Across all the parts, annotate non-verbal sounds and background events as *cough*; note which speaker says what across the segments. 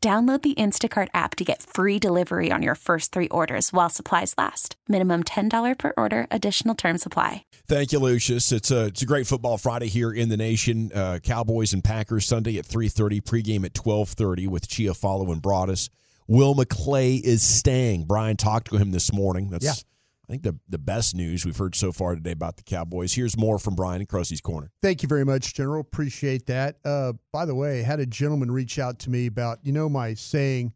Speaker 1: Download the Instacart app to get free delivery on your first three orders while supplies last. Minimum $10 per order, additional term supply.
Speaker 2: Thank you, Lucius. It's a it's a great football Friday here in the nation. Uh, Cowboys and Packers Sunday at three thirty. Pregame at twelve thirty with Chia Follow and Broadus. Will McClay is staying. Brian talked to him this morning. That's
Speaker 3: Yeah.
Speaker 2: I think the the best news we've heard so far today about the Cowboys. Here's more from Brian in Crossey's corner.
Speaker 4: Thank you very much, General. Appreciate that. Uh, by the way, had a gentleman reach out to me about you know my saying,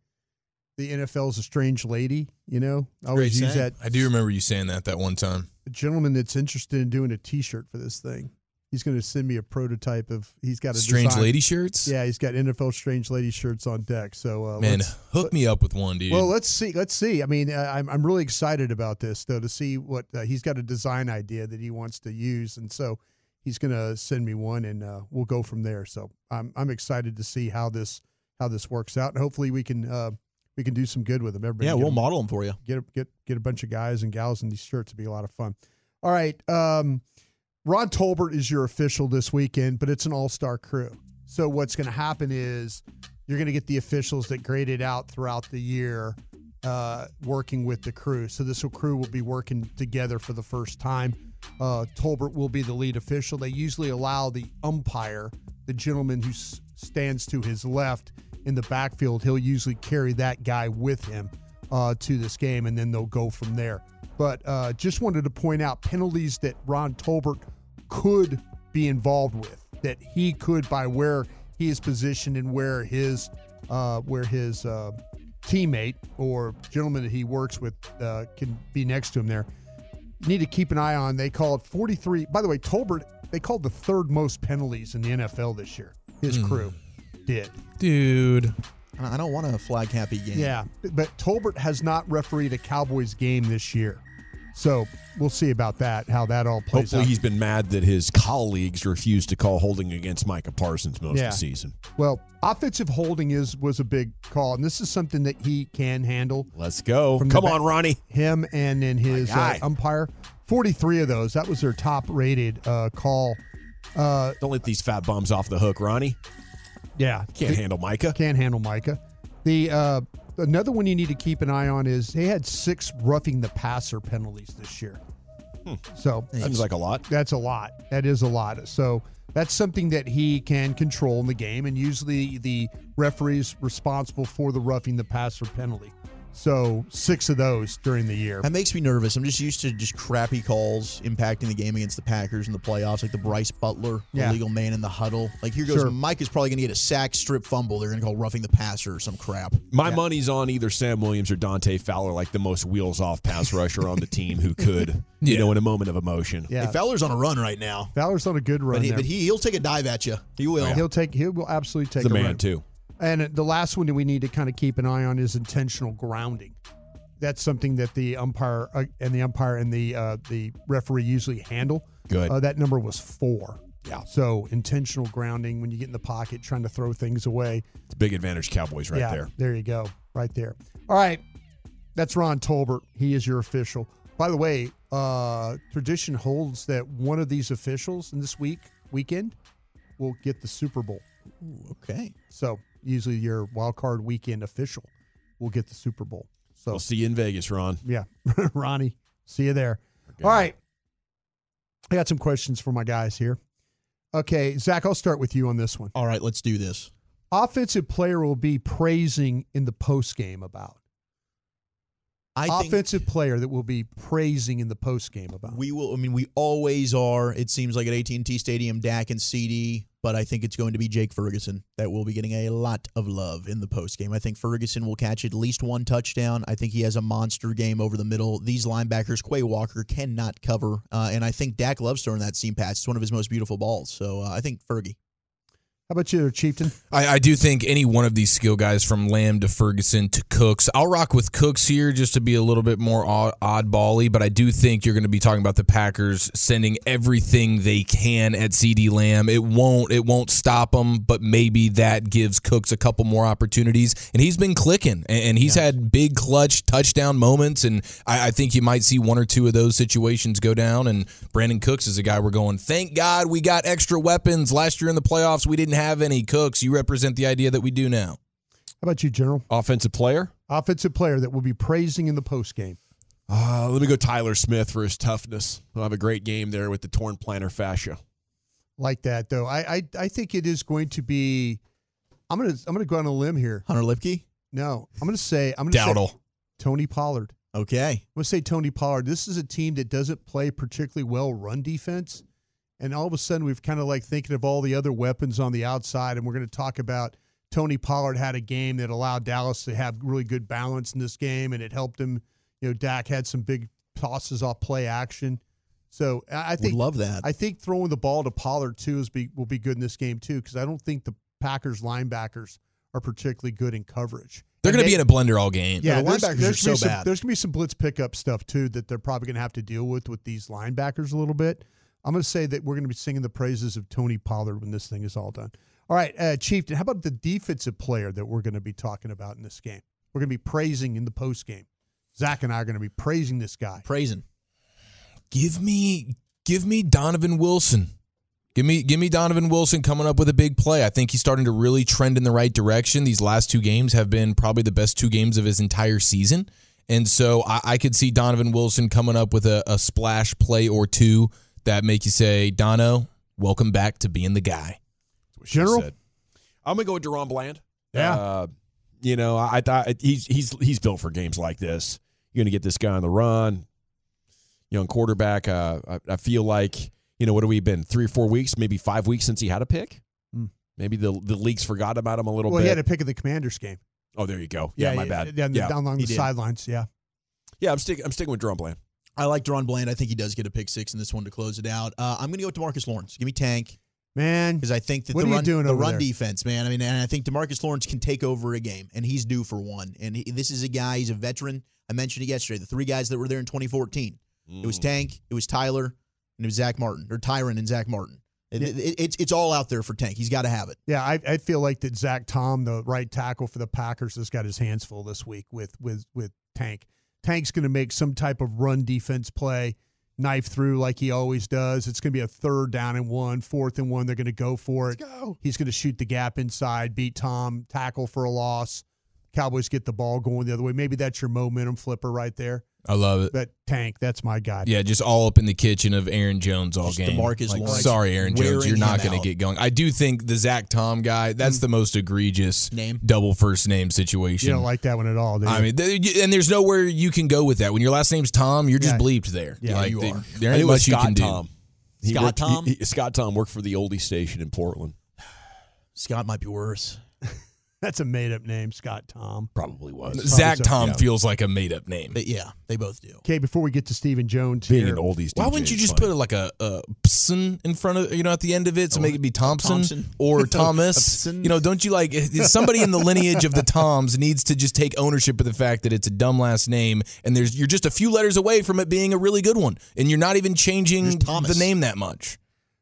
Speaker 4: the NFL's a strange lady. You know, I always
Speaker 5: Great
Speaker 4: use
Speaker 5: saying.
Speaker 4: that.
Speaker 5: I do remember you saying that that one time.
Speaker 4: A gentleman that's interested in doing a T-shirt for this thing. He's going to send me a prototype of. He's got a
Speaker 5: Strange
Speaker 4: design.
Speaker 5: lady shirts.
Speaker 4: Yeah, he's got NFL strange lady shirts on deck. So uh,
Speaker 5: man,
Speaker 4: let's-
Speaker 5: hook me up with one, dude.
Speaker 4: Well, let's see. Let's see. I mean, uh, I'm I'm really excited about this though to see what uh, he's got a design idea that he wants to use, and so he's going to send me one, and uh, we'll go from there. So I'm I'm excited to see how this how this works out, and hopefully we can uh, we can do some good with him. Everybody,
Speaker 6: Yeah,
Speaker 4: get
Speaker 6: we'll
Speaker 4: him-
Speaker 6: model them for you.
Speaker 4: get a, get get a bunch of guys and gals in these shirts. It'd be a lot of fun. All right, um, Ron Tolbert is your official this weekend, but it's an all star crew. So what's going to happen is you're going to get the officials that graded out throughout the year, uh, working with the crew. So this will- crew will be working together for the first time. Uh, Tolbert will be the lead official. They usually allow the umpire, the gentleman who s- stands to his left in the backfield, he'll usually carry that guy with him uh, to this game, and then they'll go from there. But uh, just wanted to point out penalties that Ron Tolbert could be involved with, that he could by where he is positioned and where his uh, where his uh, teammate or gentleman that he works with uh, can be next to him there need to keep an eye on. They called 43. By the way, Tolbert, they called the third most penalties in the NFL this year. His crew did.
Speaker 5: dude.
Speaker 6: I I don't want a flag happy game.
Speaker 4: Yeah. But Tolbert has not refereed a Cowboys game this year. So we'll see about that, how that all plays
Speaker 2: Hopefully,
Speaker 4: out.
Speaker 2: he's been mad that his colleagues refused to call holding against Micah Parsons most
Speaker 4: Yeah.
Speaker 2: of the season.
Speaker 4: well, offensive holding is was a big call, and this is something that he can handle.
Speaker 2: Let's go.
Speaker 4: From the
Speaker 2: Come
Speaker 4: back-
Speaker 2: on, Ronnie.
Speaker 4: him and then his uh,
Speaker 2: guy.
Speaker 4: umpire. 43 of those. That was their top rated uh, call. Uh,
Speaker 2: Don't let these fat bums off the hook, Ronnie.
Speaker 4: yeah.
Speaker 2: Can't handle Micah.
Speaker 4: Can't handle Micah. The uh, another one you need to keep an eye on is they had six roughing the passer penalties this year.
Speaker 2: Hmm.
Speaker 4: So
Speaker 2: Seems like a lot.
Speaker 4: that's a lot. That is a lot. So that's something that he can control in the game, and usually the referee's responsible for the roughing the passer penalty. So six of those during the year.
Speaker 6: That makes me nervous. I'm just used to just crappy calls impacting the game against the Packers in the playoffs, like the Bryce Butler
Speaker 4: Yeah.
Speaker 6: illegal man in the huddle. Like here goes
Speaker 4: Sure.
Speaker 6: Mike is probably going to get a sack, strip, fumble. They're going to call roughing the passer or some crap.
Speaker 2: My money's on either Sam Williams or Dante Fowler, like the most wheels off pass rusher on the team who could, you
Speaker 5: Yeah.
Speaker 2: know, in a moment of emotion.
Speaker 4: Yeah,
Speaker 6: Hey, Fowler's on a run right now,
Speaker 4: Fowler's on a good run
Speaker 6: but he,
Speaker 4: there.
Speaker 6: but he he'll take a dive at you. He will.
Speaker 4: He'll take. He will absolutely take
Speaker 2: He's a
Speaker 4: a
Speaker 2: man,
Speaker 4: run.
Speaker 2: too.
Speaker 4: And the last one that we need to kind of keep an eye on is intentional grounding. That's something that the umpire uh, and the umpire and the uh, the referee usually handle.
Speaker 2: Good.
Speaker 4: Uh, that number was four.
Speaker 2: Yeah.
Speaker 4: So intentional grounding when you get in the pocket trying to throw things away.
Speaker 2: It's a big advantage, Cowboys, right
Speaker 4: yeah,
Speaker 2: there.
Speaker 4: There you go. Right there. All right. That's Ron Tolbert. He is your official. By the way, uh, tradition holds that one of these officials in this week weekend will get the Super Bowl.
Speaker 6: Ooh, okay.
Speaker 4: So usually your wild card weekend official will get the Super Bowl. So
Speaker 2: We'll see you in Vegas, Ron.
Speaker 4: yeah, *laughs* Ronnie, see you there. All right, I got some questions for my guys here. Okay, Zach, I'll start with you on this one.
Speaker 6: All right, let's do this.
Speaker 4: Offensive player will be praising in the post game about.
Speaker 6: I think
Speaker 4: offensive player that we'll be praising in the post game about.
Speaker 6: we will. I mean, we always are. It seems like at AT and T Stadium, Dak and CD, but I think it's going to be Jake Ferguson that will be getting a lot of love in the post game. I think Ferguson will catch at least one touchdown. I think he has a monster game over the middle. These linebackers, Quay Walker, cannot cover, uh, and I think Dak loves throwing that seam pass. It's one of his most beautiful balls. So uh, I think Fergie.
Speaker 4: How about you, Chieftain?
Speaker 5: I, I do think any one of these skill guys, from Lamb to Ferguson to Cooks, I'll rock with Cooks here just to be a little bit more odd, oddball-y, but I do think you're going to be talking about the Packers sending everything they can at CD Lamb. It won't it won't stop them, but maybe that gives Cooks a couple more opportunities. And he's been clicking, and, and he's had big clutch touchdown moments, and I, I think you might see one or two of those situations go down. And Brandon Cooks is a guy we're going. Thank God we got extra weapons last year in the playoffs. We didn't have any Cooks. You represent the idea that we do now.
Speaker 4: How about you, General?
Speaker 2: Offensive player?
Speaker 4: Offensive player that we'll be praising in the post game.
Speaker 2: Uh, let me go Tyler Smith for his toughness. He'll have a great game there with the torn plantar fascia.
Speaker 4: Like that though. I, I I think it is going to be I'm gonna I'm gonna go on a limb here.
Speaker 6: Hunter Lipke.
Speaker 4: No. I'm gonna say I'm gonna say
Speaker 5: Dowdle.
Speaker 4: Tony Pollard.
Speaker 6: Okay.
Speaker 4: I'm gonna say Tony Pollard. This is a team that doesn't play particularly well run defense. And all of a sudden we've kind of like thinking of all the other weapons on the outside, and we're gonna talk about Tony Pollard had a game that allowed Dallas to have really good balance in this game and it helped him. You know, Dak had some big tosses off play action. So I I
Speaker 6: Would
Speaker 4: think
Speaker 6: love that.
Speaker 4: I think throwing the ball to Pollard too is be will be good in this game too because I don't think the Packers linebackers are particularly good in coverage.
Speaker 5: They're
Speaker 4: And
Speaker 5: going to
Speaker 4: they-
Speaker 5: be in a blender all game.
Speaker 4: yeah.
Speaker 6: the
Speaker 4: there's,
Speaker 6: linebackers are
Speaker 4: there's gonna be
Speaker 6: so
Speaker 4: some,
Speaker 6: bad.
Speaker 4: There's gonna be some blitz pickup stuff too that they're probably gonna have to deal with with these linebackers a little bit. I'm gonna say that we're gonna be singing the praises of Tony Pollard when this thing is all done. All right, uh, Chieftain, how about the defensive player that we're gonna be talking about in this game? We're gonna be praising in the post game. Zach and I are gonna be praising this guy.
Speaker 6: Praising.
Speaker 5: give me give me Donovan Wilson. Give me give me Donovan Wilson coming up with a big play. I think he's starting to really trend in the right direction. These last two games have been probably the best two games of his entire season. And so I, I could see Donovan Wilson coming up with a, a splash play or two that make you say, Dono, welcome back to being the guy.
Speaker 2: That's what she
Speaker 4: General?
Speaker 2: said. I'm gonna go with Deron Bland.
Speaker 4: Yeah.
Speaker 2: Uh, you know, I I thought he's he's he's built for games like this. You're gonna get this guy on the run, young quarterback. Uh, I, I feel like you know what have we been three or four weeks, maybe five weeks since he had a pick.
Speaker 4: Hmm.
Speaker 2: Maybe the the leagues forgot about him a little
Speaker 4: Well, he
Speaker 2: bit.
Speaker 4: had a pick of the Commanders game.
Speaker 2: oh, there you go. Yeah, my bad.
Speaker 4: Down,
Speaker 2: yeah,
Speaker 4: down along
Speaker 6: he
Speaker 4: the
Speaker 6: did.
Speaker 4: sidelines. Yeah.
Speaker 2: yeah. I'm sticking. I'm sticking with Deron Bland.
Speaker 6: I like Deron Bland. I think he does get a pick six in this one to close it out. Uh, I'm going to go with Demarcus Lawrence. Give me Tank
Speaker 4: Man,
Speaker 6: because I think that
Speaker 4: What
Speaker 6: the
Speaker 4: are you
Speaker 6: run,
Speaker 4: doing
Speaker 6: the
Speaker 4: over
Speaker 6: run
Speaker 4: there?
Speaker 6: defense, man. I mean, and I think Demarcus Lawrence can take over a game, and he's due for one. And he, this is a guy. He's a veteran. I mentioned it yesterday. The three guys that were there in 2014. It
Speaker 2: Mm.
Speaker 6: was Tank. It was Tyler, and it was Zach Martin or Tyron and Zach Martin. It-
Speaker 4: Yeah.
Speaker 6: it- it's it's all out there for Tank. He's got to have it.
Speaker 4: yeah, I, I feel like that Zach Tom, the right tackle for the Packers, has got his hands full this week with with with Tank. Tank's going to make some type of run defense play, knife through like he always does. It's going to be a third down and one, fourth and one. They're going to go for it.
Speaker 2: go.
Speaker 4: He's going to shoot the gap inside, beat Tom, tackle for a loss. Cowboys get the ball going the other way. Maybe that's your momentum flipper right there.
Speaker 5: I love it.
Speaker 4: But Tank, that's my guy.
Speaker 5: Yeah, just all up in the kitchen of Aaron Jones all
Speaker 6: Just
Speaker 5: game.
Speaker 6: DeMarcus
Speaker 5: Like,
Speaker 6: Lawrence
Speaker 5: sorry, Aaron Jones,
Speaker 6: wearing
Speaker 5: you're not
Speaker 6: him
Speaker 5: going
Speaker 6: out.
Speaker 5: to get going. I do think the Zach Tom guy, that's the most egregious
Speaker 6: Name.
Speaker 5: double first name situation.
Speaker 4: You don't like that one at all, do you?
Speaker 5: I mean, th- you- and there's nowhere you can go with that. When your last name's Tom, you're just
Speaker 4: Yeah.
Speaker 5: bleeped there.
Speaker 4: Yeah,
Speaker 5: Like,
Speaker 6: you
Speaker 5: th-
Speaker 6: are.
Speaker 5: There
Speaker 2: And it
Speaker 5: ain't
Speaker 2: was
Speaker 5: much
Speaker 2: Scott
Speaker 5: you can do.
Speaker 2: Tom. He
Speaker 6: Scott
Speaker 2: worked- he-
Speaker 6: Tom?
Speaker 2: he- Scott Tom worked for the oldie station in Portland.
Speaker 6: Scott might be worse.
Speaker 4: *laughs* That's a made up name, Scott Tom.
Speaker 2: Probably was.
Speaker 5: Zach
Speaker 4: so,
Speaker 5: Tom
Speaker 4: yeah.
Speaker 5: feels like a made up name.
Speaker 6: But yeah, they both do.
Speaker 4: Okay, before we get to Stephen Jones
Speaker 2: Being
Speaker 4: here,
Speaker 2: an oldies.
Speaker 5: Why
Speaker 2: DJ
Speaker 5: wouldn't you
Speaker 2: is
Speaker 5: just
Speaker 2: funny.
Speaker 5: put like a, a pson in front of you know at the end of
Speaker 4: Oh,
Speaker 5: it to make it be Thompson,
Speaker 6: Thompson.
Speaker 4: *laughs*
Speaker 5: or
Speaker 6: No,
Speaker 5: Thomas?
Speaker 6: Upson.
Speaker 5: You know, don't you like somebody in the lineage of the Toms needs to just take ownership of the fact that it's a dumb last name and there's you're just a few letters away from it being a really good one and you're not even changing
Speaker 6: There's Thomas.
Speaker 5: the name that much.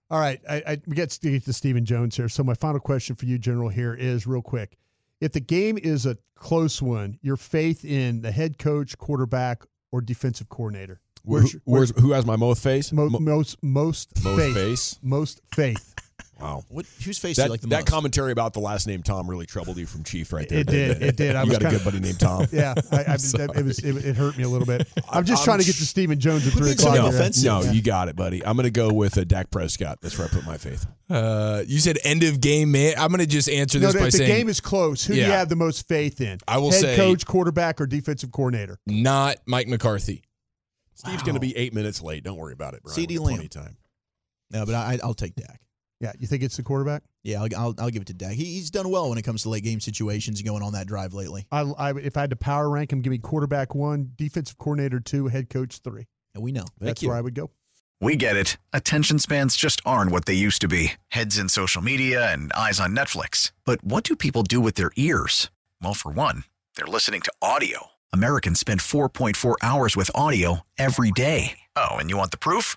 Speaker 4: All right, I, I we get to get to Stephen Jones here. So my final question for you, General, here is real quick: If the game is a close one, your faith in the head coach, quarterback, or defensive coordinator?
Speaker 2: Where's, where's, who has my most face?
Speaker 4: Mo-
Speaker 2: Mo-
Speaker 4: most most
Speaker 2: most
Speaker 4: faith,
Speaker 2: face.
Speaker 4: most faith
Speaker 2: Wow.
Speaker 6: What, whose face do
Speaker 2: That,
Speaker 6: you like the
Speaker 2: that
Speaker 6: most?
Speaker 2: commentary about the last name Tom really troubled you from Chief right there.
Speaker 4: It
Speaker 2: didn't
Speaker 4: did. It did. I
Speaker 2: you
Speaker 4: was
Speaker 2: got a
Speaker 4: kinda-
Speaker 2: good buddy named
Speaker 4: *laughs*
Speaker 2: Tom.
Speaker 4: Yeah, I, I've been, it was it, it hurt me a little bit. I'm just
Speaker 2: I'm
Speaker 4: trying to
Speaker 2: sh-
Speaker 4: get to Stephen Jones at three
Speaker 6: in some
Speaker 4: o'clock.
Speaker 2: No,
Speaker 4: today.
Speaker 6: offensive.
Speaker 2: no, you got it, buddy. I'm going to go with uh, Dak Prescott. That's where I put my faith.
Speaker 5: Uh, you said end of game man. I'm going to just answer
Speaker 4: No,
Speaker 5: this
Speaker 4: if
Speaker 5: by
Speaker 4: the
Speaker 5: saying
Speaker 4: game is close, who do you
Speaker 5: Yeah.
Speaker 4: have the most faith in?
Speaker 5: I will
Speaker 4: Head
Speaker 5: say-
Speaker 4: coach, quarterback, or defensive coordinator.
Speaker 5: not Mike McCarthy.
Speaker 2: Steve's going to be eight minutes late. Don't worry about it, Brian.
Speaker 6: CD
Speaker 2: We have plenty
Speaker 6: Lamb.
Speaker 2: of time.
Speaker 6: no, but I, I'll take Dak.
Speaker 4: Yeah, you think it's the quarterback?
Speaker 6: Yeah, I'll, I'll, I'll give it to Dak. He, he's done well when it comes to late game situations and going on that drive lately.
Speaker 4: I, I if I had to power rank him, give me quarterback one, defensive coordinator two, head coach three.
Speaker 6: And we know.
Speaker 2: Thank
Speaker 4: That's
Speaker 2: you.
Speaker 4: where I would go.
Speaker 7: We get it. Attention spans just aren't what they used to be heads in social media and eyes on Netflix. But what do people do with their ears? Well, for one, they're listening to audio. Americans spend 4.4 hours with audio every day. Oh, and you want the proof?